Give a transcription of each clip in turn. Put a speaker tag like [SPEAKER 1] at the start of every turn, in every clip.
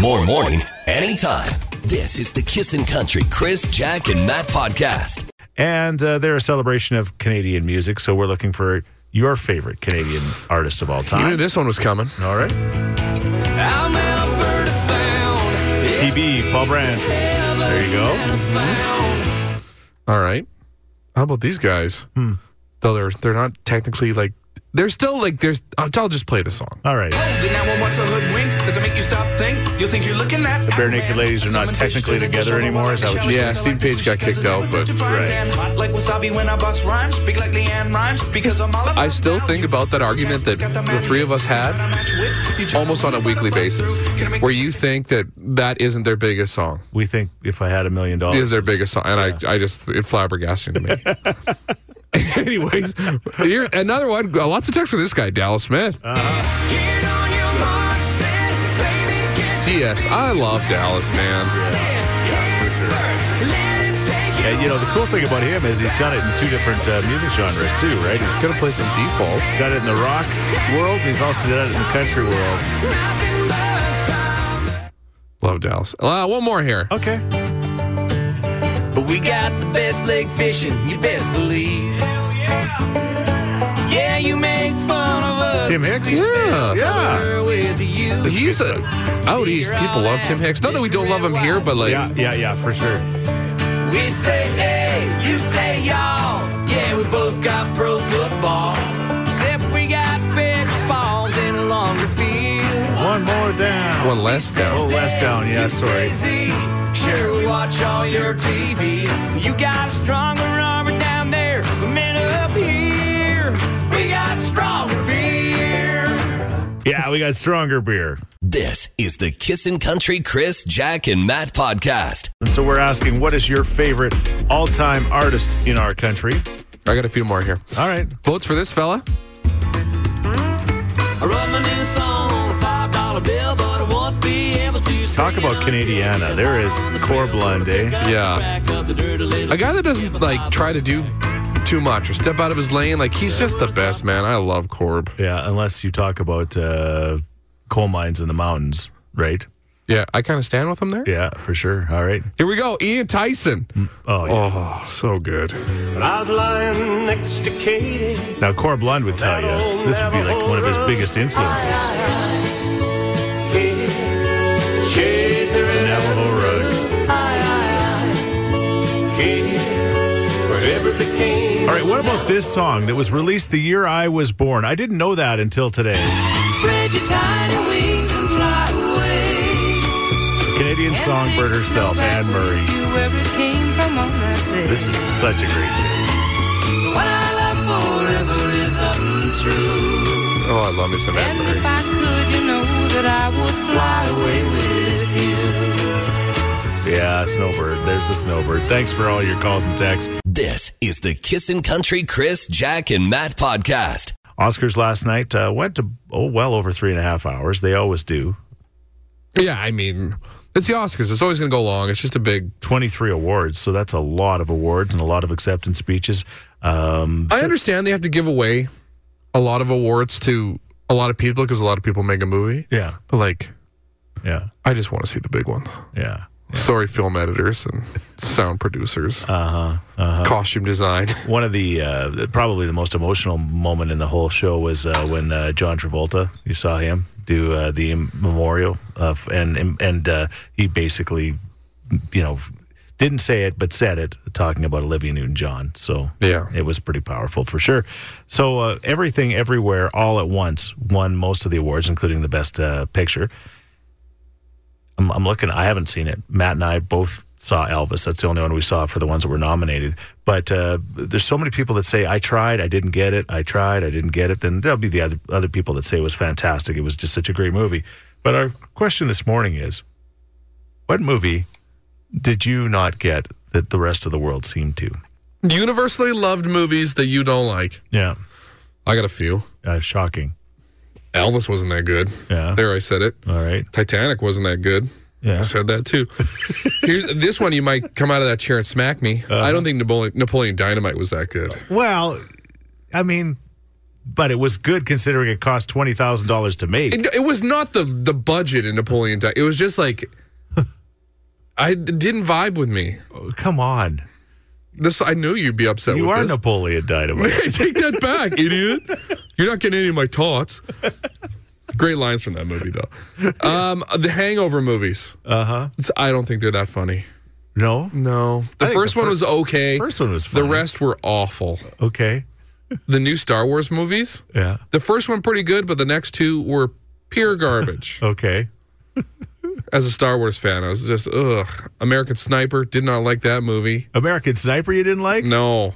[SPEAKER 1] More morning, anytime. This is the Kissin' Country Chris, Jack, and Matt podcast.
[SPEAKER 2] And uh, they're a celebration of Canadian music, so we're looking for your favorite Canadian artist of all
[SPEAKER 3] You knew
[SPEAKER 2] time.
[SPEAKER 3] this one was coming.
[SPEAKER 2] All right. PB, Paul Brandt. There you go.
[SPEAKER 3] All right. How about these guys?
[SPEAKER 2] Hmm.
[SPEAKER 3] Though they're they're not technically like they're still like there's. I'll, I'll just play the song.
[SPEAKER 2] All right.
[SPEAKER 4] Did now one want to hoodwink? Does it make you stop think? You'll think you're looking at the
[SPEAKER 2] Bare Naked Ladies are not technically together anymore, is that what you
[SPEAKER 3] Yeah, Steve Page got kicked out, but-
[SPEAKER 2] Right.
[SPEAKER 4] Hot like wasabi when I bust rhymes, big like Leanne rhymes, because I'm all about
[SPEAKER 3] I still think about that argument that the three of us had almost on a weekly basis, where you think that that isn't their biggest song.
[SPEAKER 2] We think if I had a million dollars.
[SPEAKER 3] is their biggest song, and I, I just it flabbergasting to me. Anyways, here another one. uh, Lots of text for this guy, Dallas Smith.
[SPEAKER 2] Uh.
[SPEAKER 3] Yes, I love Dallas, man.
[SPEAKER 2] And you know, the cool thing about him is he's done it in two different uh, music genres too, right? He's
[SPEAKER 3] He's gonna play some default.
[SPEAKER 2] done it in the rock world. He's also done it in the country world.
[SPEAKER 3] Love Dallas. Uh, one more here.
[SPEAKER 2] Okay.
[SPEAKER 5] But we got the best lake fishing, you best believe. Yeah, you make fun of us.
[SPEAKER 2] Tim Hicks?
[SPEAKER 3] Yeah.
[SPEAKER 2] Yeah.
[SPEAKER 5] We're With you.
[SPEAKER 3] He's a, out east. People love Tim Hicks. Not that we don't love him here, but like
[SPEAKER 2] Yeah, yeah, yeah, for sure.
[SPEAKER 5] We say hey, you say y'all. Yeah, we both got pro football. Except we got big balls and a longer field.
[SPEAKER 2] One more down.
[SPEAKER 3] one less
[SPEAKER 2] Oh,
[SPEAKER 3] down.
[SPEAKER 2] less down. Yeah,
[SPEAKER 5] You
[SPEAKER 2] sorry.
[SPEAKER 5] say Z. Sure, we watch all your TV. You got a stronger armor down there, but men up here, we got stronger beer.
[SPEAKER 2] Yeah, we got stronger beer.
[SPEAKER 1] This is the Kissin' Country Chris, Jack, and Matt podcast.
[SPEAKER 2] And so we're asking, what is your favorite all-time artist in our country?
[SPEAKER 3] I got a few more here.
[SPEAKER 2] All right.
[SPEAKER 3] Votes for this fella.
[SPEAKER 5] I wrote my new song on a five dollar bill, but I won't be able to
[SPEAKER 2] Talk
[SPEAKER 5] sing
[SPEAKER 2] about
[SPEAKER 5] it until
[SPEAKER 2] Canadiana.
[SPEAKER 5] I
[SPEAKER 2] There is
[SPEAKER 5] find the
[SPEAKER 2] core
[SPEAKER 5] trail
[SPEAKER 2] blonde, eh?
[SPEAKER 5] to pick up
[SPEAKER 3] Yeah.
[SPEAKER 5] the track of the dirty little
[SPEAKER 3] A guy that doesn't like try to do too much or step out of his lane. Like he's just the best, man. I love Corb.
[SPEAKER 2] Yeah, unless you talk about uh, coal mines in the mountains, right?
[SPEAKER 3] Yeah, I kind of stand with him there.
[SPEAKER 2] Yeah, for sure. All right.
[SPEAKER 3] Here we go, Ian Tyson.
[SPEAKER 2] Oh, yeah.
[SPEAKER 3] Oh, so good.
[SPEAKER 6] I was lying next to Katie.
[SPEAKER 2] Now, Cor Blond would tell you this would be like one of his biggest influences.
[SPEAKER 6] Katie, shades are in
[SPEAKER 2] Navajo Road.
[SPEAKER 6] Katie, whatever became.
[SPEAKER 2] All right, what about this song that was released the year I was born? I didn't know that until today.
[SPEAKER 5] Spread your tiny wings and fly away.
[SPEAKER 2] Canadian songbird herself, Anne Murray.
[SPEAKER 5] Where we came from on that day.
[SPEAKER 2] This is such a great
[SPEAKER 5] What I love forever is untrue.
[SPEAKER 3] Oh, I love me some Anne
[SPEAKER 5] And if
[SPEAKER 3] Marie.
[SPEAKER 5] I could, you know that I would fly away with you.
[SPEAKER 2] tune. Yeah, Snowbird. There's the Snowbird. Thanks for all your calls and texts.
[SPEAKER 1] This is the Kissin' Country Chris, Jack, and Matt podcast.
[SPEAKER 2] Oscars last night uh, went to, oh, well over three and a half hours. They always do.
[SPEAKER 3] Yeah, I mean, it's the Oscars. It's always going to go long. It's just a big.
[SPEAKER 2] 23 awards, so that's a lot of awards and a lot of acceptance speeches. Um,
[SPEAKER 3] I understand they have to give away a lot of awards to a lot of people because a lot of people make a movie.
[SPEAKER 2] yeah,
[SPEAKER 3] But like,
[SPEAKER 2] yeah,
[SPEAKER 3] I just want to see the big ones.
[SPEAKER 2] yeah.
[SPEAKER 3] Sorry, film editors and sound producers,
[SPEAKER 2] Uh huh.
[SPEAKER 3] costume design.
[SPEAKER 2] One of the uh, probably the most emotional moment in the whole show was uh, when uh, John Travolta. You saw him do uh, the memorial of, and and uh, he basically, you know, didn't say it but said it, talking about Olivia Newton-John. So
[SPEAKER 3] Yeah.
[SPEAKER 2] it was pretty powerful for sure. So uh, everything, everywhere, all at once won most of the awards, including the best uh, picture. I'm, I'm looking. I haven't seen it. Matt and I both saw Elvis. That's the only one we saw for the ones that were nominated. But uh, there's so many people that say I tried, I didn't get it. I tried, I didn't get it. Then there'll be the other other people that say it was fantastic. It was just such a great movie. But our question this morning is, what movie did you not get that the rest of the world seemed to?
[SPEAKER 3] Universally loved movies that you don't like.
[SPEAKER 2] Yeah,
[SPEAKER 3] I got a few.
[SPEAKER 2] uh, shocking.
[SPEAKER 3] Elvis wasn't that good.
[SPEAKER 2] Yeah.
[SPEAKER 3] There, I said it.
[SPEAKER 2] All right.
[SPEAKER 3] Titanic wasn't that good.
[SPEAKER 2] Yeah.
[SPEAKER 3] I said that too. Here's this one. You might come out of that chair and
[SPEAKER 2] Uh-huh.
[SPEAKER 3] smack me. I don't think Napoleon, Napoleon Dynamite was that good.
[SPEAKER 2] Well, I mean, but it was good considering it cost twenty thousand dollars to make.
[SPEAKER 3] It, it was not the the budget in Napoleon. Dynamite. It was just like I it didn't vibe with me.
[SPEAKER 2] Oh, Come on,
[SPEAKER 3] This I knew you'd be upset.
[SPEAKER 2] you
[SPEAKER 3] with
[SPEAKER 2] are
[SPEAKER 3] this.
[SPEAKER 2] Napoleon Dynamite.
[SPEAKER 3] I take that back, idiot. You're not getting any of my tots. Great lines from that movie, though. Um, the Hangover movies. Uh huh. I don't think they're that funny.
[SPEAKER 2] no,
[SPEAKER 3] No,
[SPEAKER 2] Uh-huh.
[SPEAKER 3] the
[SPEAKER 2] I think
[SPEAKER 3] first
[SPEAKER 2] the
[SPEAKER 3] one
[SPEAKER 2] fir-
[SPEAKER 3] was okay.
[SPEAKER 2] first one was
[SPEAKER 3] The
[SPEAKER 2] funny.
[SPEAKER 3] rest were awful.
[SPEAKER 2] okay,
[SPEAKER 3] The new Star Wars movies.
[SPEAKER 2] yeah,
[SPEAKER 3] The first one pretty good, but the next two were pure garbage.
[SPEAKER 2] okay.
[SPEAKER 3] As a Star Wars fan, I was just ugh. American Sniper did not like that movie.
[SPEAKER 2] American Sniper, you didn't like?
[SPEAKER 3] No,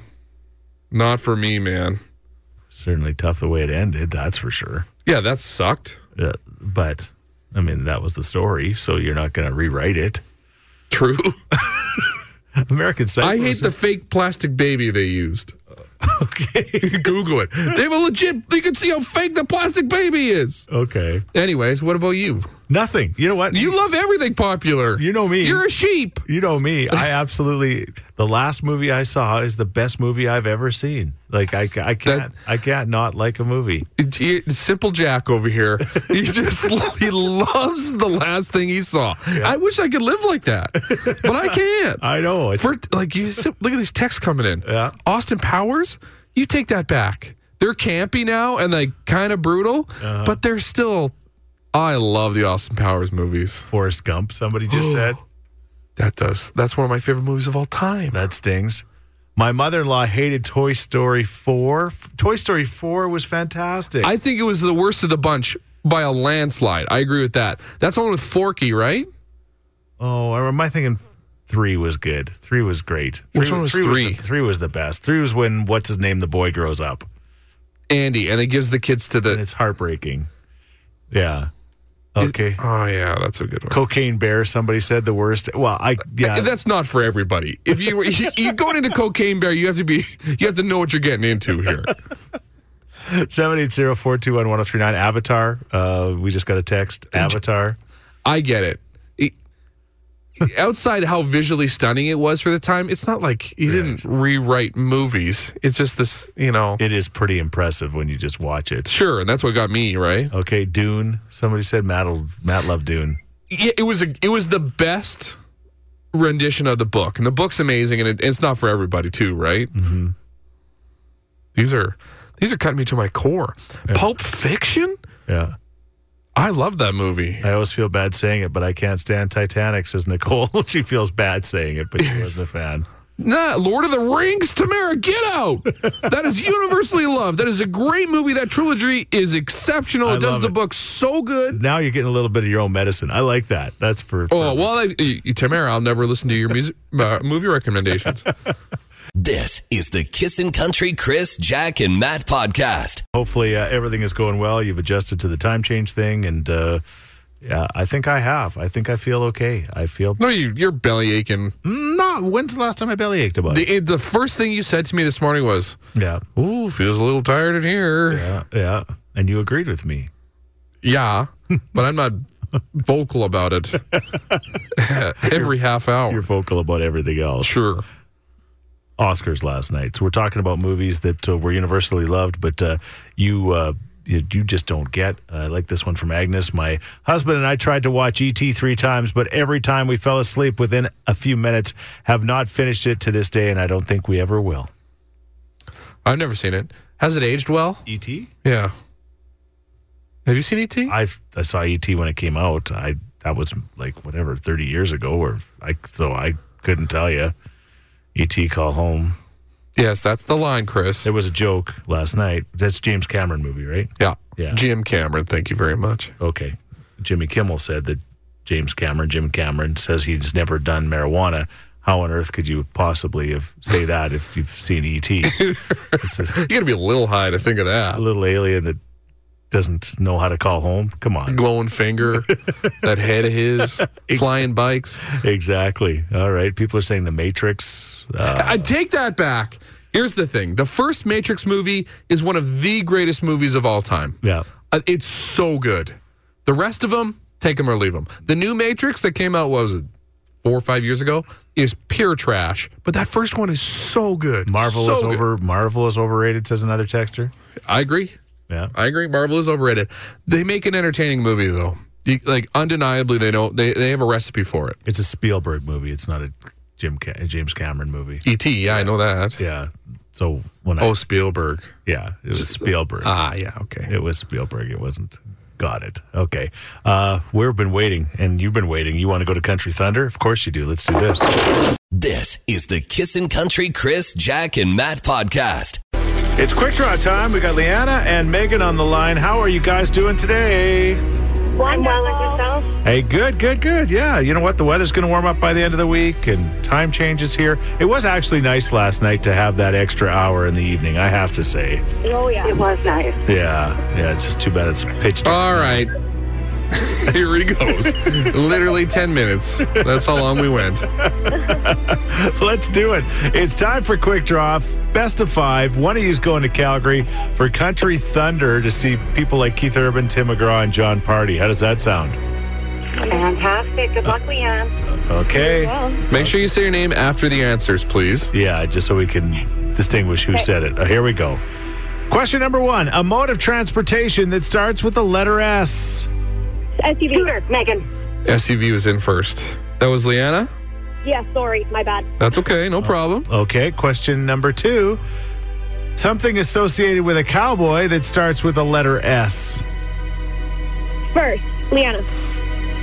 [SPEAKER 3] not for me, man.
[SPEAKER 2] Certainly tough the way it ended. That's for sure.
[SPEAKER 3] Yeah, that sucked.
[SPEAKER 2] Uh, but I mean, that was the story, so you're not going to rewrite it.
[SPEAKER 3] True.
[SPEAKER 2] American Sniper.
[SPEAKER 3] I hate
[SPEAKER 2] was-
[SPEAKER 3] the fake plastic baby they used.
[SPEAKER 2] Okay,
[SPEAKER 3] Google it. They have a legit. You can see how fake the plastic baby is.
[SPEAKER 2] okay.
[SPEAKER 3] Anyways, what about you?
[SPEAKER 2] Nothing. You know what?
[SPEAKER 3] You love everything popular.
[SPEAKER 2] You know me.
[SPEAKER 3] You're a sheep.
[SPEAKER 2] You know me. I absolutely. The last movie I saw is the best movie I've ever seen. Like I, ca- I can't, I can't not like a movie.
[SPEAKER 3] He- Simple Jack over here. He just he loves the last thing he saw. I wish I could live like that, but I can't.
[SPEAKER 2] I know. It's
[SPEAKER 3] For like you look at these texts coming in.
[SPEAKER 2] Yeah.
[SPEAKER 3] Austin Powers, you take that back. They're campy now and like kind of brutal,
[SPEAKER 2] Uh-huh.
[SPEAKER 3] but they're still. I love the Austin Powers movies.
[SPEAKER 2] Forrest Gump. Somebody just said
[SPEAKER 3] That does. That's one of my favorite movies of all time.
[SPEAKER 2] that stings. My mother-in-law hated Toy Story four. F- Toy Story four was fantastic.
[SPEAKER 3] I think it was the worst of the bunch by a landslide. I agree with that. That's the one with Forky, right?
[SPEAKER 2] oh, I am I thinking three was good. Three was great. Three,
[SPEAKER 3] Which one was
[SPEAKER 2] Was
[SPEAKER 3] three?
[SPEAKER 2] the, three was the best. Three was when what's his name the boy grows up
[SPEAKER 3] Andy, and it gives the kids to
[SPEAKER 2] and
[SPEAKER 3] the.
[SPEAKER 2] it's heartbreaking. Yeah. Okay.
[SPEAKER 3] Oh yeah, that's a good one.
[SPEAKER 2] Cocaine Bear. Somebody said the worst. Well, I yeah.
[SPEAKER 3] That's not for everybody. If you, you you going into Cocaine Bear, you have to be you have to know what you're getting into here.
[SPEAKER 2] 780-421-1039 avatar uh, we just got a text avatar
[SPEAKER 3] I get it. It- Outside how visually stunning it was for the time, it's not like you didn't rewrite movies. It's just this, you know.
[SPEAKER 2] it is pretty impressive when you just watch it
[SPEAKER 3] Sure, and that's what got me right.
[SPEAKER 2] okay dune somebody said matt, matt loved dune
[SPEAKER 3] yeah, it was a, it was the best rendition of the book, and the book's amazing, and it, it's not for everybody too, right? Mm-hmm. These are these are cutting me to my core. Pulp Fiction,
[SPEAKER 2] yeah
[SPEAKER 3] I love that movie.
[SPEAKER 2] i always feel bad saying it but i can't stand titanic says nicole she feels bad saying it but she wasn't a fan
[SPEAKER 3] Nah, Lord of the Rings, Tamara, get out! That is universally loved. That is a great movie. That trilogy is exceptional.
[SPEAKER 2] I
[SPEAKER 3] it does
[SPEAKER 2] love
[SPEAKER 3] the
[SPEAKER 2] it.
[SPEAKER 3] book so good.
[SPEAKER 2] now you're getting a little bit of your own medicine i like that that's for
[SPEAKER 3] Oh well, I, y- Tamara, I'll never listen to your music uh, movie recommendations.
[SPEAKER 1] This is the Kissin' Country Chris, Jack, and Matt podcast.
[SPEAKER 2] hopefully uh, everything is going well you've adjusted to the time change thing and uh, yeah, I think I have. I think I feel okay. I feel
[SPEAKER 3] No, you, you're belly aching.
[SPEAKER 2] not. When's the last time I belly ached about? it?
[SPEAKER 3] The, the first thing you said to me this morning was,
[SPEAKER 2] yeah,
[SPEAKER 3] Ooh, feels a little tired in here.
[SPEAKER 2] Yeah, yeah. And you agreed with me.
[SPEAKER 3] Yeah, but I'm not vocal about it. Every half
[SPEAKER 2] You're
[SPEAKER 3] hour.
[SPEAKER 2] vocal about everything else.
[SPEAKER 3] Sure.
[SPEAKER 2] Oscars last night. So we're talking about movies that uh, were universally loved, but uh, you. Uh, you, you just don't get. I like this one from Agnes. My husband and I tried to watch ET three times, but every time we fell asleep within a few minutes. Have not finished it to this day, and I don't think we ever will.
[SPEAKER 3] I've never seen it. Has it aged well?
[SPEAKER 2] ET.
[SPEAKER 3] Yeah. Have you seen E ET?
[SPEAKER 2] I I saw ET when it came out. I that was like whatever thirty years ago, or I so I couldn't tell you. ET call home.
[SPEAKER 3] yes, that's the line, Chris.
[SPEAKER 2] There was a joke last night. That's James Cameron movie, right?
[SPEAKER 3] yeah.
[SPEAKER 2] Yeah.
[SPEAKER 3] Jim Cameron, thank you very much.
[SPEAKER 2] Okay. Jimmy Kimmel said that James Cameron, Jim Cameron says he's never done marijuana. How on earth could you possibly have say that if you've seen ET? it's a,
[SPEAKER 3] You got to be a little high to think of
[SPEAKER 2] a
[SPEAKER 3] that.
[SPEAKER 2] little alien that doesn't know how to call home. Come on.
[SPEAKER 3] Glowing finger, that head of his, flying bikes.
[SPEAKER 2] Exactly. All right. People are saying the Matrix. Uh,
[SPEAKER 3] I take that back. Here's the thing the first Matrix movie is one of the greatest movies of all time.
[SPEAKER 2] yeah.
[SPEAKER 3] Uh, It's so good. The rest of them, take them or leave them. The new Matrix that came out what was it four or five years ago? is pure trash, but that first one is so good.
[SPEAKER 2] Marvel
[SPEAKER 3] So
[SPEAKER 2] is
[SPEAKER 3] good.
[SPEAKER 2] over. Marvel is overrated. Says another texter.
[SPEAKER 3] I agree.
[SPEAKER 2] Yeah.
[SPEAKER 3] I agree. Marvel is overrated. They make an entertaining movie though. You- like undeniably, they know they, they have a recipe for it.
[SPEAKER 2] It's a Spielberg movie. It's not a Jim Ca- a James Cameron movie.
[SPEAKER 3] E. T. Yeah, I know that.
[SPEAKER 2] Yeah. So when I
[SPEAKER 3] Oh, Spielberg.
[SPEAKER 2] yeah, it was Spielberg.
[SPEAKER 3] Ah, yeah. Okay.
[SPEAKER 2] It was Spielberg. It wasn't. Got it. Okay. Uh, we've been waiting, and you've been waiting. You want to go to Country Thunder? Of course you do. Let's do this.
[SPEAKER 1] This is the Kissin' Country Chris, Jack, and Matt podcast.
[SPEAKER 2] It's quick draw time. We got Leanna and Megan on the line. How are you guys doing today?
[SPEAKER 7] One dollar yourself.
[SPEAKER 2] Hey, good, good, good. Yeah, you know what? The weather's going to warm up by the end of the week, and time changes here. It was actually nice last night to have that extra hour in the evening. I have to say.
[SPEAKER 7] Oh yeah, it was nice.
[SPEAKER 2] Yeah, yeah. It's just too bad it's pitched.
[SPEAKER 3] All right. Here he goes. Literally ten minutes. That's how long we went.
[SPEAKER 2] Let's do it. It's time for quick draw. Best of five. One of you's going to Calgary for Country Thunder to see people like Keith Urban, Tim McGraw, and John Party. How does that sound?
[SPEAKER 7] Fantastic. Good luck, Leanne.
[SPEAKER 2] Okay.
[SPEAKER 3] Make sure you say your name after the answers, please.
[SPEAKER 2] Yeah, just so we can distinguish who said it. Uh, here we go. Question number one A mode of transportation that starts with the letter S.
[SPEAKER 7] SUV. Scooter. Megan.
[SPEAKER 3] SUV was in first. That was Leanna.
[SPEAKER 7] Yeah, sorry, my bad.
[SPEAKER 3] That's okay. No problem.
[SPEAKER 2] Okay. Question number two Something associated with a cowboy that starts with the letter S.
[SPEAKER 7] First, Leanna.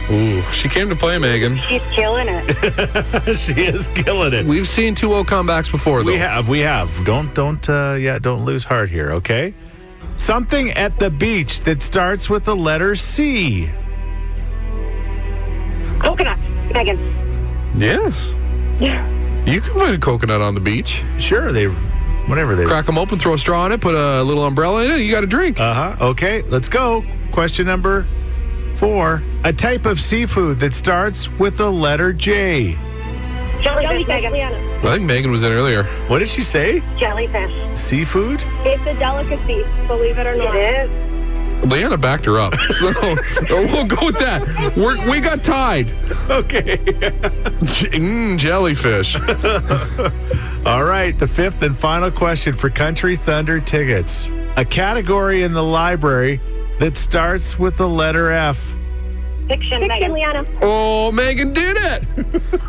[SPEAKER 3] Ooh, she came to play, Megan.
[SPEAKER 7] She's killing it.
[SPEAKER 2] she is killing it.
[SPEAKER 3] We've seen 2-0 comebacks before, though.
[SPEAKER 2] We have, we have. Don't, don't, uh, yeah, don't lose heart here, okay? Something at the beach that starts with the letter C.
[SPEAKER 7] Coconut. Megan.
[SPEAKER 3] Yes.
[SPEAKER 7] Yeah.
[SPEAKER 3] You can find a coconut on the beach.
[SPEAKER 2] Sure, they, whatever they.
[SPEAKER 3] Crack them open, throw a straw in it, put a little umbrella in it. You got a drink.
[SPEAKER 2] Uh huh. Okay, let's go. Question number four: A type of seafood that starts with the letter J.
[SPEAKER 7] Jellyfish. Megan. Leanna.
[SPEAKER 3] I think Megan was in earlier.
[SPEAKER 2] What did she say?
[SPEAKER 7] Jellyfish.
[SPEAKER 2] Seafood?
[SPEAKER 7] It's a delicacy, believe it or not. It is.
[SPEAKER 3] Leanna backed her up. So we'll go with that. We're, we got tied.
[SPEAKER 2] Okay.
[SPEAKER 3] J- mm, jellyfish.
[SPEAKER 2] All right. The fifth and final question for Country Thunder tickets: A category in the library that starts with the letter F.
[SPEAKER 7] Fiction. Megan. Leanna.
[SPEAKER 3] Oh, Megan did it.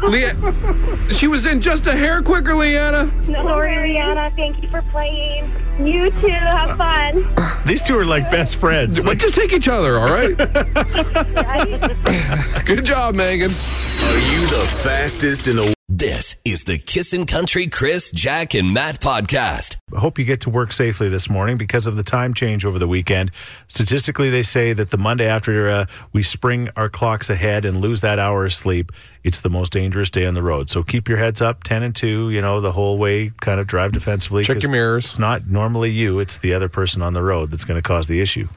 [SPEAKER 3] Le- she was in just a hair quicker, Leanna.
[SPEAKER 7] Sorry, Leanna. Thank you for playing. You too. Have fun.
[SPEAKER 2] These two are like best friends.
[SPEAKER 3] But just take each other, all right? Good job, Megan.
[SPEAKER 1] Are you the fastest in the? This is the Kissin' Country Chris, Jack, and Matt podcast.
[SPEAKER 2] I hope you get to work safely this morning because of the time change over the weekend. Statistically, they say that the Monday after uh, we spring our clocks ahead and lose that hour of sleep, it's the most dangerous day on the road. So keep your heads up, 10 and 2, you know, the whole way, kind of drive defensively.
[SPEAKER 3] Check
[SPEAKER 2] 'cause
[SPEAKER 3] your mirrors.
[SPEAKER 2] It's not normally you, it's the other person on the road that's going to cause the issue.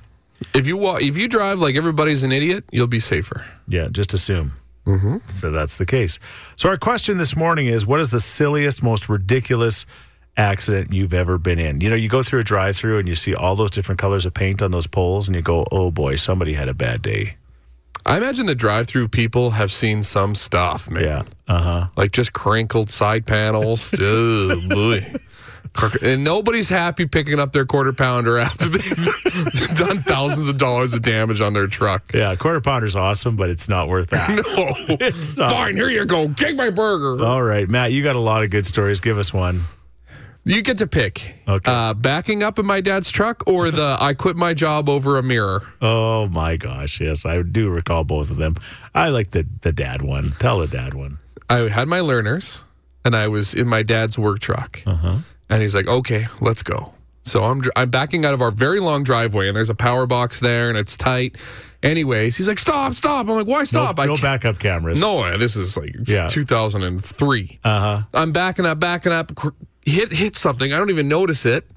[SPEAKER 3] If you walk, if you drive like everybody's an idiot, you'll be safer.
[SPEAKER 2] Yeah, just assume. Mm-hmm. So that's the case. So our question this morning is: What is the silliest, most ridiculous accident you've ever been in? You know, you go through a drive-through and you see all those different colors of paint on those poles, and you go, "Oh boy, somebody had a bad day."
[SPEAKER 3] I imagine the drive-through people have seen some stuff, man.
[SPEAKER 2] Yeah. Uh huh.
[SPEAKER 3] Like just crinkled side panels. oh boy. And nobody's happy picking up their quarter pounder after they've done thousands of dollars of damage on their truck.
[SPEAKER 2] Yeah, quarter pounder's awesome, but it's not worth that.
[SPEAKER 3] No.
[SPEAKER 2] not. Uh,
[SPEAKER 3] Fine, here you go. Take my burger.
[SPEAKER 2] All right, Matt, you got a lot of good stories. Give us one.
[SPEAKER 3] You get to pick.
[SPEAKER 2] Okay.
[SPEAKER 3] Uh, backing up in my dad's truck or the I quit my job over a mirror.
[SPEAKER 2] Oh my gosh, yes, I do recall both of them. I like the the dad one. Tell the dad one.
[SPEAKER 3] I had my learners and I was in my dad's work truck. And he's like, okay, let's go. So I'm, dr- I'm backing out of our very long driveway and there's a power box there and it's tight. Anyways, he's like, stop, stop. I'm like, why
[SPEAKER 2] No,
[SPEAKER 3] stop? I
[SPEAKER 2] no
[SPEAKER 3] ca-
[SPEAKER 2] backup cameras.
[SPEAKER 3] No, this is like
[SPEAKER 2] Yeah.
[SPEAKER 3] 2003.
[SPEAKER 2] Uh huh.
[SPEAKER 3] I'm backing up, backing up, cr- hit, hit something. I don't even notice it.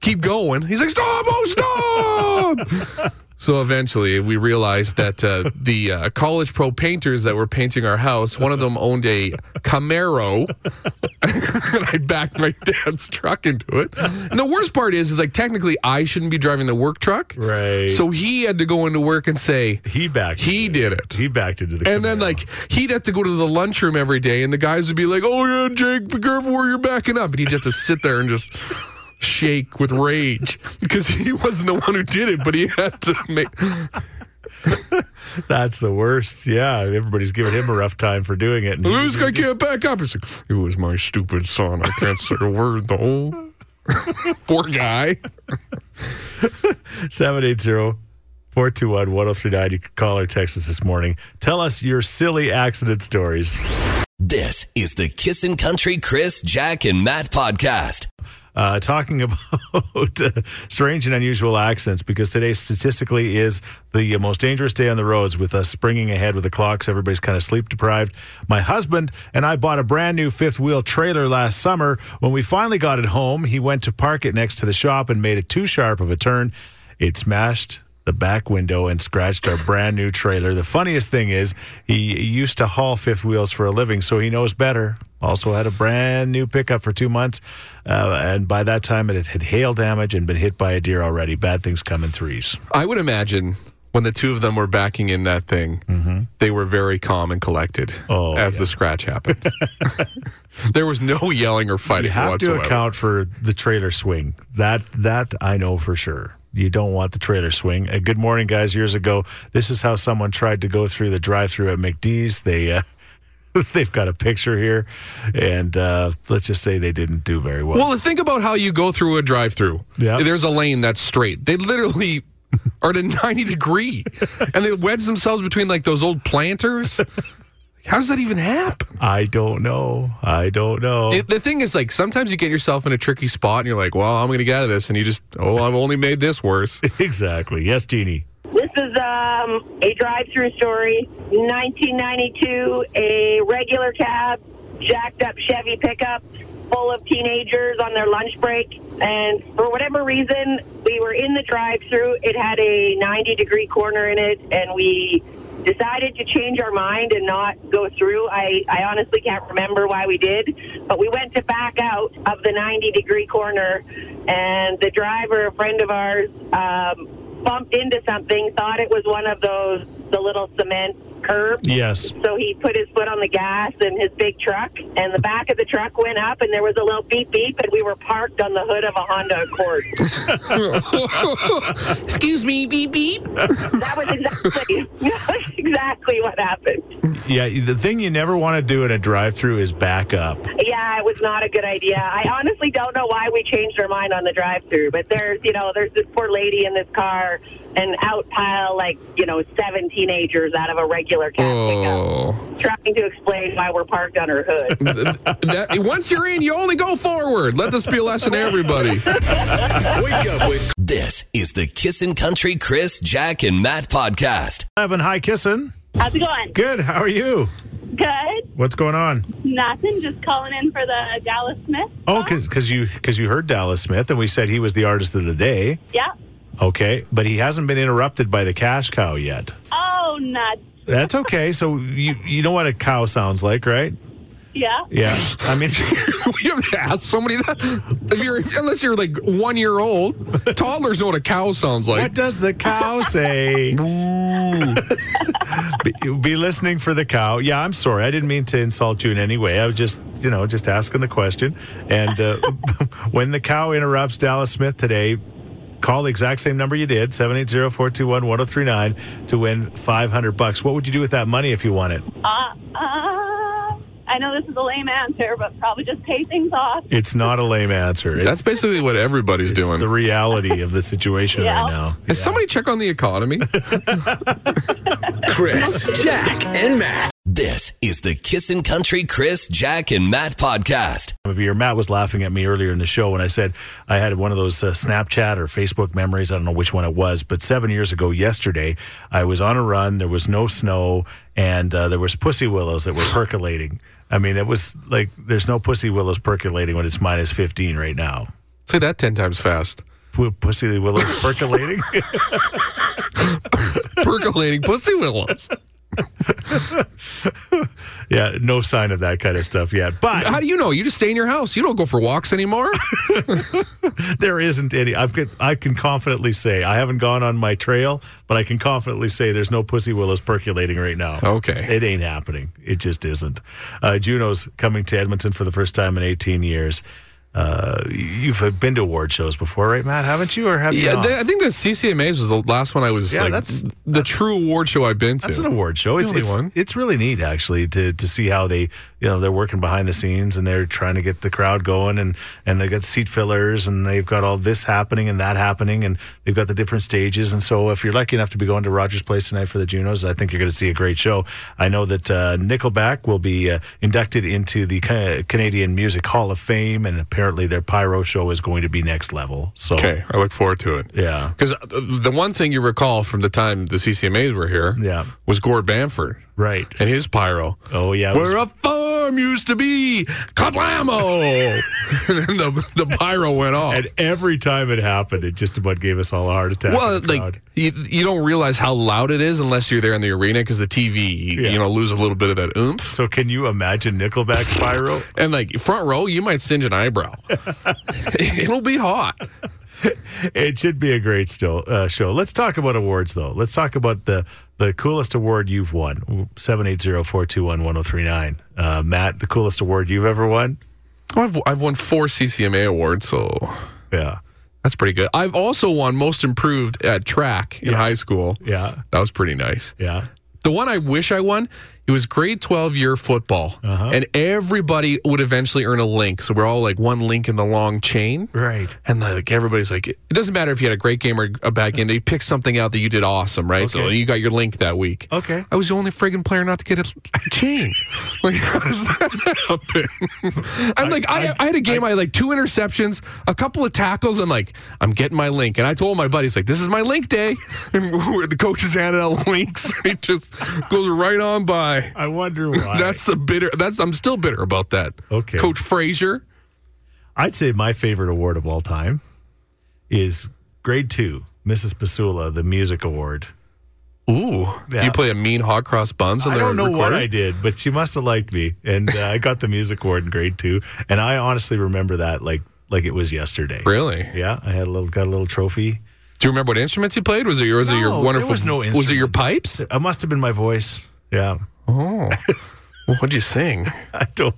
[SPEAKER 3] keep going. He's like, stop, oh, stop. so eventually we realized that uh, the uh, college pro painters that were painting our house, one of them owned a Camaro. and I backed my dad's truck into it. And the worst part is, is like technically I shouldn't be driving the work truck.
[SPEAKER 2] Right.
[SPEAKER 3] So he had to go into work and say,
[SPEAKER 2] He backed.
[SPEAKER 3] He
[SPEAKER 2] into
[SPEAKER 3] did it.
[SPEAKER 2] He backed into the.
[SPEAKER 3] and then,
[SPEAKER 2] Camaro.
[SPEAKER 3] like, he'd have to go to the lunchroom every day, and the guys would be like, "Oh yeah, Jake, be careful where you're backing up," and he'd have to sit there and just shake with rage because he wasn't the one who did it, but he had to make.
[SPEAKER 2] that's the worst. Yeah, everybody's giving him a rough time for doing it. And he-
[SPEAKER 3] This guy can't back up. He's like, "It was my stupid son. I can't say a word though." Poor guy.
[SPEAKER 2] 780-421-1039. You can call or text us this morning. Tell us your silly accident stories.
[SPEAKER 1] This is the Kissin' Country Chris, Jack, and Matt podcast.
[SPEAKER 2] Uh, talking about uh, strange and unusual accidents, because today statistically is the most dangerous day on the roads with us springing ahead with the clocks. Everybody's kind of sleep deprived. My husband and I bought a brand new fifth wheel trailer last summer. When we finally got it home, he went to park it next to the shop and made it too sharp of a turn. It smashed the back window and scratched our brand new trailer. The funniest thing is he used to haul fifth wheels for a living, so he knows better. Also had a brand new pickup for two months, uh, and by that time it had hail damage and been hit by a deer already. Bad things come in threes.
[SPEAKER 3] I would imagine when the two of them were backing in that thing, they were very calm and collected
[SPEAKER 2] Mm-hmm. Oh,
[SPEAKER 3] as
[SPEAKER 2] yeah.
[SPEAKER 3] the scratch happened. there was no yelling or fighting
[SPEAKER 2] You have
[SPEAKER 3] whatsoever.
[SPEAKER 2] to account for the trailer swing. That that I know for sure. You don't want the trailer swing. Uh, good morning, guys. Years ago, this is how someone tried to go through the drive-through at McDee's. They uh, they've got a picture here, and uh, let's just say they didn't do very well.
[SPEAKER 3] Well, think about how you go through a drive-through.
[SPEAKER 2] Yeah.
[SPEAKER 3] There's a lane that's straight. They literally are at a 90 degree and they wedge themselves between like those old planters. How does that even happen?
[SPEAKER 2] I don't know. I don't know.
[SPEAKER 3] It- the thing is, like, sometimes you get yourself in a tricky spot and you're like, well, I'm going to get out of this. And you just, oh, I've only made this worse.
[SPEAKER 2] exactly. Yes, Jeannie.
[SPEAKER 8] This is um, a drive-through story. 1992, a regular cab, jacked-up Chevy pickup, full of teenagers on their lunch break, and for whatever reason, we were in the drive-through. It had a 90-degree corner in it, and we decided to change our mind and not go through. I, I honestly can't remember why we did, but we went to back out of the 90 degree corner, and the driver, a friend of ours, um, bumped into something, thought it was one of those, the little cement curbs.
[SPEAKER 2] Yes.
[SPEAKER 8] So he put his foot on the gas in his big truck, and the back of the truck went up, and there was a little beep beep, and we were parked on the hood of a Honda Accord.
[SPEAKER 3] Excuse me, beep, beep.
[SPEAKER 8] that was exactly, that was exactly what happened.
[SPEAKER 2] Yeah, the thing you never want to do in a drive-through is back up.
[SPEAKER 8] Yeah, it was not a good idea. I honestly don't know why we changed our mind on the drive-through, but there's, you know, there's this poor lady in this car and out pile like, you know, seven teenagers out of a regular cab
[SPEAKER 3] Oh.
[SPEAKER 8] pickup, trying to explain why we're parked on her hood.
[SPEAKER 3] that, once you're in, you only go forward. Let this be a lesson to everybody.
[SPEAKER 1] This is the Kissin' Country Chris, Jack, and Matt podcast.
[SPEAKER 2] Evan, hi, kissing.
[SPEAKER 9] How's it going?
[SPEAKER 2] Good. How are you?
[SPEAKER 9] Good.
[SPEAKER 2] What's going on?
[SPEAKER 9] Nothing. Just calling in for the Dallas Smith.
[SPEAKER 2] Oh,
[SPEAKER 9] song.
[SPEAKER 2] because you because you heard Dallas Smith, and we said he was the artist of the day.
[SPEAKER 9] Yeah.
[SPEAKER 2] Okay, but he hasn't been interrupted by the cash cow yet.
[SPEAKER 9] Oh, nuts.
[SPEAKER 2] That's okay. So you you know what a cow sounds like, right?
[SPEAKER 9] Yeah.
[SPEAKER 2] Yeah. I mean,
[SPEAKER 3] we have to ask somebody that. If you're, unless you're like one year old, toddlers know what a cow sounds
[SPEAKER 2] what
[SPEAKER 3] like.
[SPEAKER 2] does the cow say? be, be listening for the cow. Yeah, I'm sorry. I didn't mean to insult you in any way. I was just, you know, just asking the question. And uh, when the cow interrupts Dallas Smith today, call the exact same number you did, 780-421-1039 to win 500 bucks. What would you do with that money if you won it?
[SPEAKER 9] Uh, uh, I know this is a lame answer, but probably just pay things off.
[SPEAKER 2] It's not a lame answer. It's,
[SPEAKER 3] That's basically what everybody's
[SPEAKER 2] it's
[SPEAKER 3] doing.
[SPEAKER 2] the reality of the situation
[SPEAKER 9] Yeah.
[SPEAKER 2] right now.
[SPEAKER 3] Has somebody check on the economy?
[SPEAKER 1] Chris, Jack, and Matt. This is the Kissin' Country Chris, Jack, and Matt podcast.
[SPEAKER 2] time of year. Matt was laughing at me earlier in the show when I said I had one of those uh, Snapchat or Facebook memories. I don't know which one it was, but seven years ago yesterday, I was on a run. There was no snow, and uh, there was pussy willows that were percolating. I mean, it was like there's no pussy willows percolating when it's minus 15 right now.
[SPEAKER 3] Say that 10 times fast.
[SPEAKER 2] p- pussy willows percolating.
[SPEAKER 3] Percolating pussy willows.
[SPEAKER 2] yeah, no sign of that kind of stuff yet. But
[SPEAKER 3] How do you know? You just stay in your house. You don't go for walks anymore.
[SPEAKER 2] there isn't any. I've got, I can confidently say I haven't gone on my trail, but I can confidently say there's no pussy willows percolating right now.
[SPEAKER 3] Okay.
[SPEAKER 2] it ain't happening. It just isn't. Uh, Juno's coming to Edmonton for the first time in 18 years. Uh, you've been to award shows before, right, Matt? Haven't you, or have you?
[SPEAKER 3] Yeah,
[SPEAKER 2] not?
[SPEAKER 3] th- I think the CCMAs was the last one I was
[SPEAKER 2] Yeah,
[SPEAKER 3] like
[SPEAKER 2] that's-
[SPEAKER 3] the
[SPEAKER 2] that's-
[SPEAKER 3] true award show I've been to.
[SPEAKER 2] That's an award show. It's
[SPEAKER 3] only
[SPEAKER 2] it's,
[SPEAKER 3] one.
[SPEAKER 2] it's really neat actually to to see how they you know they're working behind the scenes and they're trying to get the crowd going and and they got seat fillers and they've got all this happening and that happening and they've got the different stages and so if you're lucky enough to be going to Rogers Place tonight for the Junos, I think you're going to see a great show. I know that uh, Nickelback will be uh, inducted into the Ca- Canadian Music Hall of Fame and apparently their pyro show is going to be next level. So
[SPEAKER 3] Okay, I look forward to it.
[SPEAKER 2] yeah,
[SPEAKER 3] Because the one thing you recall from the time the CCMAs were here
[SPEAKER 2] Yeah.
[SPEAKER 3] was Gord Bamford
[SPEAKER 2] right.
[SPEAKER 3] and his pyro.
[SPEAKER 2] Oh yeah, it was-
[SPEAKER 3] Where a farm used to be, kablamo! and then the, the pyro went off.
[SPEAKER 2] And every time it happened, it just about gave us all a heart attack.
[SPEAKER 3] well,
[SPEAKER 2] in the
[SPEAKER 3] like
[SPEAKER 2] crowd.
[SPEAKER 3] you, you don't realize how loud it is unless you're there in the arena because the TV, you-
[SPEAKER 2] Yeah.
[SPEAKER 3] you know, lose a little bit of that oomph.
[SPEAKER 2] so can you imagine Nickelback Spyro?
[SPEAKER 3] And like front row, you might singe an eyebrow. It'll be hot.
[SPEAKER 2] it should be a great still, uh, show. Let's talk about awards, though. Let's talk about the the coolest award you've won. 780-421-1039. Uh, Matt, the coolest award you've ever won?
[SPEAKER 3] Oh, I've, I've won four CCMA awards, so
[SPEAKER 2] Yeah.
[SPEAKER 3] that's pretty good. I've also won most improved at track in high school.
[SPEAKER 2] Yeah.
[SPEAKER 3] That was pretty nice.
[SPEAKER 2] Yeah.
[SPEAKER 3] The one I wish I won, it was grade 12 year football.
[SPEAKER 2] Uh-huh.
[SPEAKER 3] And everybody would eventually earn a link. So we're all like one link in the long chain.
[SPEAKER 2] Right.
[SPEAKER 3] And like everybody's like, it doesn't matter if you had a great game or a bad game. They pick something out that you did awesome, right? So
[SPEAKER 2] Okay.
[SPEAKER 3] you got your link that week.
[SPEAKER 2] Okay.
[SPEAKER 3] I was the only friggin' player not to get a chain. like, how does that happen? I'm like, I, I, had a game. I, had like two interceptions, a couple of tackles. I'm like, I'm getting my link, and I told my buddies like, this is my link day, and we're- the coaches handed out links. It just goes right on by.
[SPEAKER 2] I wonder why.
[SPEAKER 3] That's the bitter. That's I'm still bitter about that.
[SPEAKER 2] Okay.
[SPEAKER 3] Coach Frazier.
[SPEAKER 2] I'd say my favorite award of all time is grade two, Mrs. Pasula, the music award.
[SPEAKER 3] Ooh,
[SPEAKER 2] Yeah.
[SPEAKER 3] you play a mean hot cross buns. On
[SPEAKER 2] I
[SPEAKER 3] the
[SPEAKER 2] don't know what
[SPEAKER 3] recorder?
[SPEAKER 2] I did, but she must have liked me, and uh, I got the music award in grade two. And I honestly remember that like like it was yesterday.
[SPEAKER 3] Really?
[SPEAKER 2] Yeah, I had a little got a little trophy.
[SPEAKER 3] Do you remember what instruments you played? Was it your was it
[SPEAKER 2] No,
[SPEAKER 3] your
[SPEAKER 2] there
[SPEAKER 3] wonderful?
[SPEAKER 2] was no
[SPEAKER 3] Was it your
[SPEAKER 2] instruments.
[SPEAKER 3] pipes?
[SPEAKER 2] It must have been my voice. Yeah,
[SPEAKER 3] Oh, well, what'd you sing?
[SPEAKER 2] I don't.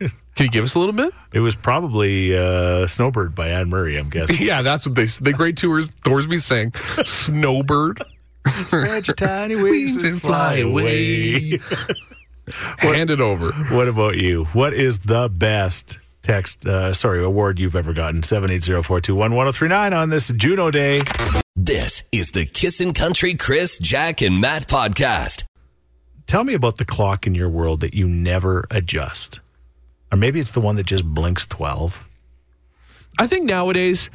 [SPEAKER 3] Can you give us a little bit?
[SPEAKER 2] It was probably uh, "Snowbird" by Anne Murray. I'm guessing.
[SPEAKER 3] Yeah, that's what they the great tours Thorsby sang. Snowbird.
[SPEAKER 2] Spread your tiny wings and fly away.
[SPEAKER 3] Hand it over.
[SPEAKER 2] What about you? What is the best text? Uh, sorry, award you've ever gotten? Seven eight zero four two one one zero three nine on this Juno Day.
[SPEAKER 1] This is the Kissin' Country Chris, Jack, and Matt podcast.
[SPEAKER 2] Tell me about the clock in your world that you never adjust. Or maybe it's the one that just blinks 12.
[SPEAKER 3] I think nowadays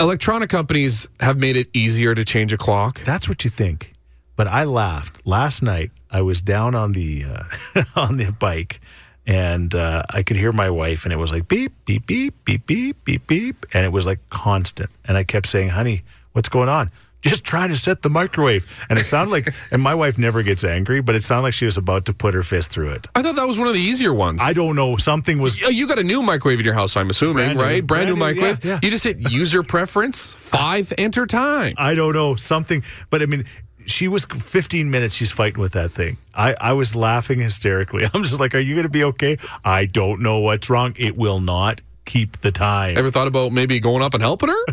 [SPEAKER 3] electronic companies have made it easier to change a clock.
[SPEAKER 2] That's what you think. But I laughed last night. I was down on the uh, on the bike and uh, I could hear my wife and it was like beep beep beep beep beep beep beep and it was like constant and I kept saying, "Honey, what's going on?" Just trying to set the microwave. And it sounded like and my wife never gets angry, but it sounded like she was about to put her fist through it.
[SPEAKER 3] I thought that was one of the easier ones.
[SPEAKER 2] I don't know, something was
[SPEAKER 3] Oh, you got a new microwave in your house, I'm assuming,
[SPEAKER 2] Brand new.
[SPEAKER 3] right? Brand, new
[SPEAKER 2] Brand new, yeah,
[SPEAKER 3] microwave.
[SPEAKER 2] yeah.
[SPEAKER 3] You just hit user preference, five, enter time.
[SPEAKER 2] I don't know something, but I mean, she was 15 minutes. She's fighting with that thing. I I was laughing hysterically. I'm just like, are you going to be okay? I don't know what's wrong. It will not keep the time.
[SPEAKER 3] Ever thought about maybe going up and helping her?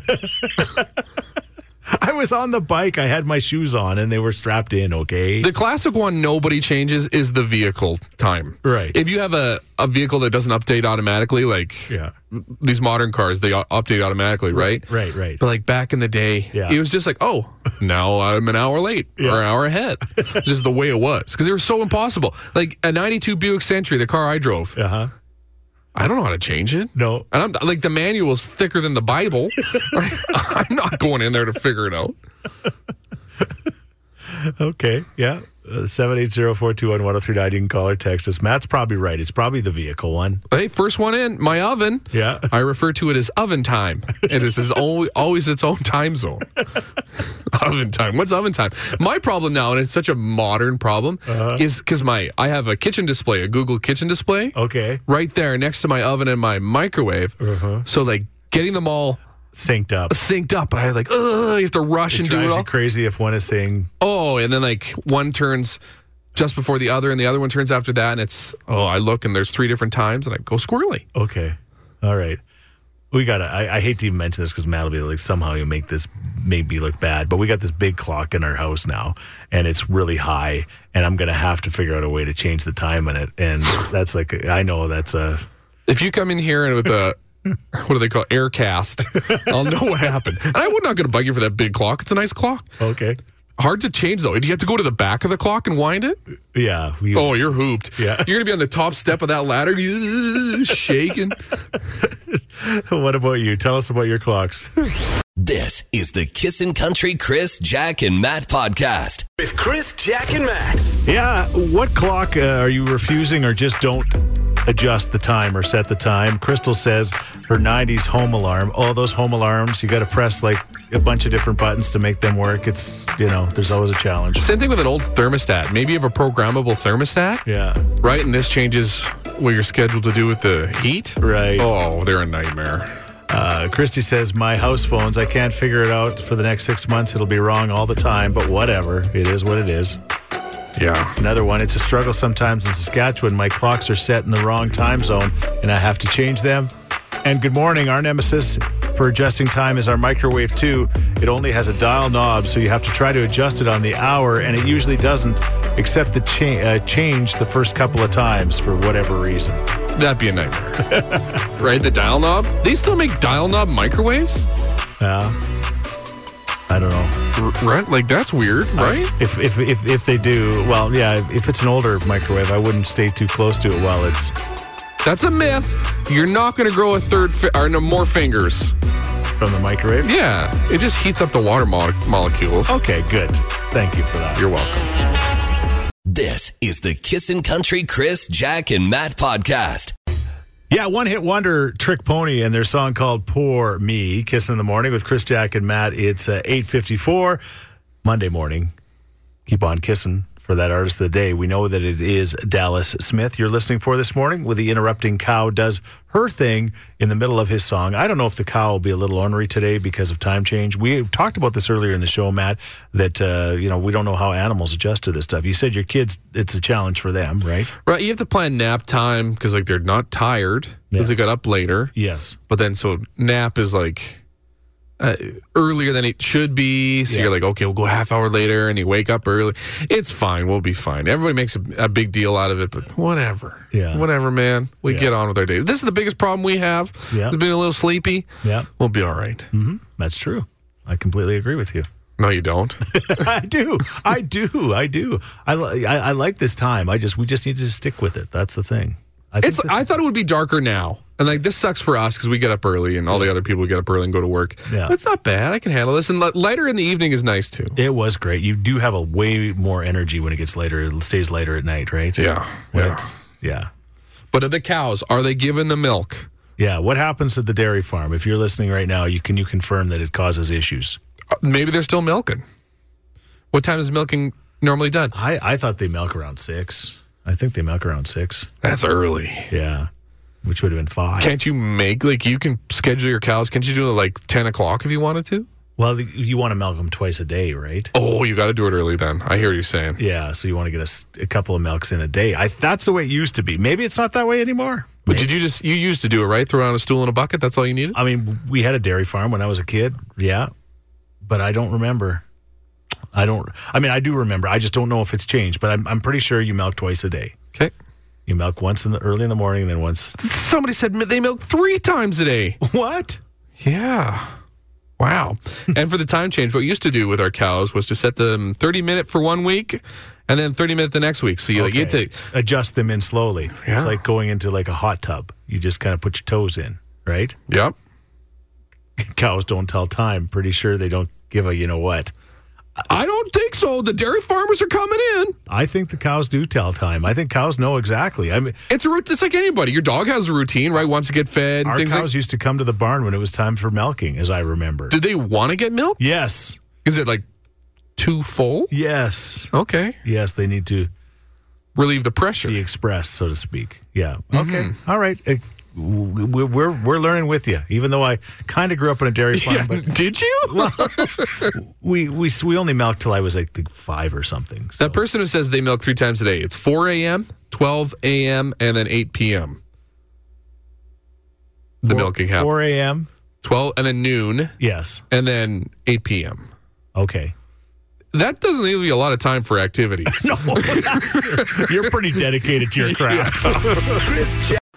[SPEAKER 2] I was on the bike. I had my shoes on, and they were strapped in. Okay.
[SPEAKER 3] the classic one nobody changes is the vehicle time.
[SPEAKER 2] Right.
[SPEAKER 3] If you have a, a vehicle that doesn't update automatically, like
[SPEAKER 2] yeah.
[SPEAKER 3] these modern cars, they au- update automatically, right?
[SPEAKER 2] Right. Right.
[SPEAKER 3] But like back in the day,
[SPEAKER 2] Yeah.
[SPEAKER 3] it was just like, oh, now I'm an hour late or an hour ahead. just the way it was. Because they were so impossible. Like a 92 Buick Century, the car I drove,
[SPEAKER 2] Uh huh.
[SPEAKER 3] I don't know how to change it.
[SPEAKER 2] No.
[SPEAKER 3] And I'm like, the manual's thicker than the Bible. I'm not going in there to figure it out.
[SPEAKER 2] Okay. Yeah. Uh, 780-421-1039. You can call or text us. Matt's probably right. It's probably the vehicle one.
[SPEAKER 3] Hey, first one in, my oven.
[SPEAKER 2] Yeah.
[SPEAKER 3] I refer to it as oven time. It is his own, always its own time zone. oven time. What's oven time? My problem now, and it's such a modern problem,
[SPEAKER 2] Uh-huh.
[SPEAKER 3] is because my I have a kitchen display, a Google kitchen display,
[SPEAKER 2] Okay.
[SPEAKER 3] right there next to my oven and my microwave.
[SPEAKER 2] Uh-huh.
[SPEAKER 3] So like getting them all
[SPEAKER 2] Synced up.
[SPEAKER 3] synced up, I like, ugh, you have to rush and do it
[SPEAKER 2] Drives you
[SPEAKER 3] all.
[SPEAKER 2] crazy if one is saying
[SPEAKER 3] oh, and then like one turns just before the other, and the other one turns after that, and it's oh, I look and there's three different times, and I go squirrely.
[SPEAKER 2] Okay. All right. We got to, I, I hate to even mention this because Matt will be like, somehow you'll make this, make me look bad. But we got this big clock in our house now and it's really high. And I'm going to have to figure out a way to change the time on it. And that's like, I know that's a,
[SPEAKER 3] If you come in here and with a what do they call air cast, I'll know what happened. And I'm not going to bug you for that big clock. It's a nice clock.
[SPEAKER 2] okay.
[SPEAKER 3] Hard to change though. Do you have to go to the back of the clock and wind it?
[SPEAKER 2] Yeah. We,
[SPEAKER 3] Oh, you're hooped.
[SPEAKER 2] Yeah.
[SPEAKER 3] You're gonna be on the top step of that ladder, shaking.
[SPEAKER 2] What about you? Tell us about your clocks.
[SPEAKER 1] This is the Kissin' Country Chris, Jack, and Matt podcast.
[SPEAKER 10] With Chris, Jack, and Matt.
[SPEAKER 2] yeah. What clock uh, are you refusing or just don't adjust the time or set the time? Crystal says her 90s home alarm. Oh, those home alarms, you got to press like a bunch of different buttons to make them work. It's, you know, there's always a challenge.
[SPEAKER 3] Same thing with an old thermostat. Maybe you have a programmable thermostat,
[SPEAKER 2] Yeah.
[SPEAKER 3] right? And this changes what you're scheduled to do with the heat.
[SPEAKER 2] Right.
[SPEAKER 3] Oh, they're a nightmare.
[SPEAKER 2] Uh, Christy says, My house phones, I can't figure it out for the next six months. It'll be wrong all the time, but whatever. It is what it is.
[SPEAKER 3] Yeah.
[SPEAKER 2] Another one, it's a struggle sometimes in Saskatchewan. My clocks are set in the wrong time zone and I have to change them. And good morning, our nemesis for adjusting time is our microwave too. It only has a dial knob, so you have to try to adjust it on the hour, and it usually doesn't, except the cha- uh, change the first couple of times for whatever reason.
[SPEAKER 3] That'd be a nightmare. right? The dial knob? They still make dial knob microwaves?
[SPEAKER 2] Yeah. I don't know.
[SPEAKER 3] R- right? Like, that's weird, right?
[SPEAKER 2] If, if if if they do, well, yeah. If it's an older microwave, I wouldn't stay too close to it while it's.
[SPEAKER 3] that's a myth. You're not going to grow a third fi- or no more fingers.
[SPEAKER 2] from the microwave?
[SPEAKER 3] Yeah. It just heats up the water mo- molecules.
[SPEAKER 2] Okay, good. Thank you for that.
[SPEAKER 3] You're welcome.
[SPEAKER 1] This is the Kissin' Country Chris, Jack, and Matt podcast.
[SPEAKER 2] yeah, one hit wonder Trick Pony and their song called "Poor Me." Kiss in the morning with Chris, Jack, and Matt. It's uh, eight fifty four Monday morning. Keep on kissing for that artist of the day. We know that it is Dallas Smith. You're listening for this morning with the interrupting cow does her thing in the middle of his song. I don't know if the cow will be a little ornery today because of time change. We talked about this earlier in the show, Matt. That uh, you know we don't know how animals adjust to this stuff. You said your kids, it's a challenge for them, right?
[SPEAKER 3] Right. You have to plan nap time because, like, they're not tired because
[SPEAKER 2] Yeah.
[SPEAKER 3] they got up later.
[SPEAKER 2] Yes.
[SPEAKER 3] But then, so nap is like uh, earlier than it should be. So
[SPEAKER 2] Yeah.
[SPEAKER 3] you're like, okay, we'll go a half hour later, and you wake up early. It's fine. We'll be fine. Everybody makes a, a big deal out of it, but whatever.
[SPEAKER 2] Yeah.
[SPEAKER 3] Whatever, man. We
[SPEAKER 2] Yeah.
[SPEAKER 3] get on with our day. This is the biggest problem we have.
[SPEAKER 2] Yeah.
[SPEAKER 3] It's been a little sleepy.
[SPEAKER 2] Yeah, Mm.
[SPEAKER 3] We'll be all right.
[SPEAKER 2] that's true. I completely agree with you.
[SPEAKER 3] No, you don't.
[SPEAKER 2] I do. I do. I do. I, li- I I like this time. I just we just need to stick with it. That's the thing. I think
[SPEAKER 3] It's.
[SPEAKER 2] this-
[SPEAKER 3] I thought it would be darker now, and like this sucks for us because we get up early, and all the other people get up early and go to work.
[SPEAKER 2] Yeah.
[SPEAKER 3] But it's not bad. I can handle this, and li- lighter in the evening is nice too.
[SPEAKER 2] It was great. You do have a way more energy when it gets later. It stays later at night, right?
[SPEAKER 3] Yeah.
[SPEAKER 2] When
[SPEAKER 3] yeah.
[SPEAKER 2] it's- yeah.
[SPEAKER 3] But are the cows? Are they given the milk?
[SPEAKER 2] Yeah. What happens at the dairy farm? If you're listening right now, you can you confirm that it causes issues.
[SPEAKER 3] Uh, Maybe they're still milking. What time is milking normally done?
[SPEAKER 2] I I thought they milk around six. I think they milk around six.
[SPEAKER 3] That's early.
[SPEAKER 2] Yeah. Which would have been five.
[SPEAKER 3] Can't you make like you can schedule your cows? Can't you do it at, like ten o'clock if you wanted to?
[SPEAKER 2] Well, you want to milk them twice a day, right?
[SPEAKER 3] Oh, you got to do it early then. I hear you saying.
[SPEAKER 2] Yeah, so you want to get a s- a, couple of milks in a day. I, that's the way it used to be. Maybe it's not that way anymore.
[SPEAKER 3] But did you just you used to do it right? Throw it on a stool and a bucket. That's all you needed.
[SPEAKER 2] I mean, we had a dairy farm when I was a kid. Yeah, but I don't remember. I don't. I mean, I do remember. I just don't know if it's changed. But I'm, I'm pretty sure you milk twice a day.
[SPEAKER 3] Okay.
[SPEAKER 2] You milk once in the early in the morning, and then once.
[SPEAKER 3] Somebody said mi- they milk three times a day.
[SPEAKER 2] What?
[SPEAKER 3] Yeah. Wow. and for the time change, what we used to do with our cows was to set them 30 minute for one week and then 30 minute the next week. So you, like, you had to,
[SPEAKER 2] adjust them in slowly. It's
[SPEAKER 3] Yeah.
[SPEAKER 2] like going into like a hot tub. You just kind of put your toes in, right?
[SPEAKER 3] yep.
[SPEAKER 2] Cows don't tell time. Pretty sure they don't give a you know what.
[SPEAKER 3] I don't think so. The dairy farmers are coming in.
[SPEAKER 2] I think the cows do tell time. I think cows know exactly. I mean,
[SPEAKER 3] It's a rout- It's like anybody. Your dog has a routine, right? Wants to get fed. and
[SPEAKER 2] our
[SPEAKER 3] things
[SPEAKER 2] cows
[SPEAKER 3] like.
[SPEAKER 2] used to come to the barn when it was time for milking, as I remember.
[SPEAKER 3] Did they want to get milk?
[SPEAKER 2] yes,
[SPEAKER 3] Is it like too full?
[SPEAKER 2] yes,
[SPEAKER 3] Okay,
[SPEAKER 2] yes. They need to
[SPEAKER 3] relieve the pressure.
[SPEAKER 2] be expressed, so to speak. Yeah.
[SPEAKER 3] Mm-hmm.
[SPEAKER 2] Okay. All right. Uh, w- w- We're we're learning with you, even though I kind of grew up on a dairy farm,
[SPEAKER 3] Yeah,
[SPEAKER 2] but
[SPEAKER 3] did you?
[SPEAKER 2] we, we we only milked till I was I think five or something. So.
[SPEAKER 3] that person who says they milk three times a day. It's 4 a.m., 12 a.m., and then 8 p.m. The milking happens.
[SPEAKER 2] Four a.m.
[SPEAKER 3] 12 and then noon
[SPEAKER 2] Yes.
[SPEAKER 3] and then 8 p.m.
[SPEAKER 2] Okay.
[SPEAKER 3] That doesn't leave you a lot of time for activities.
[SPEAKER 2] You're pretty dedicated to your craft.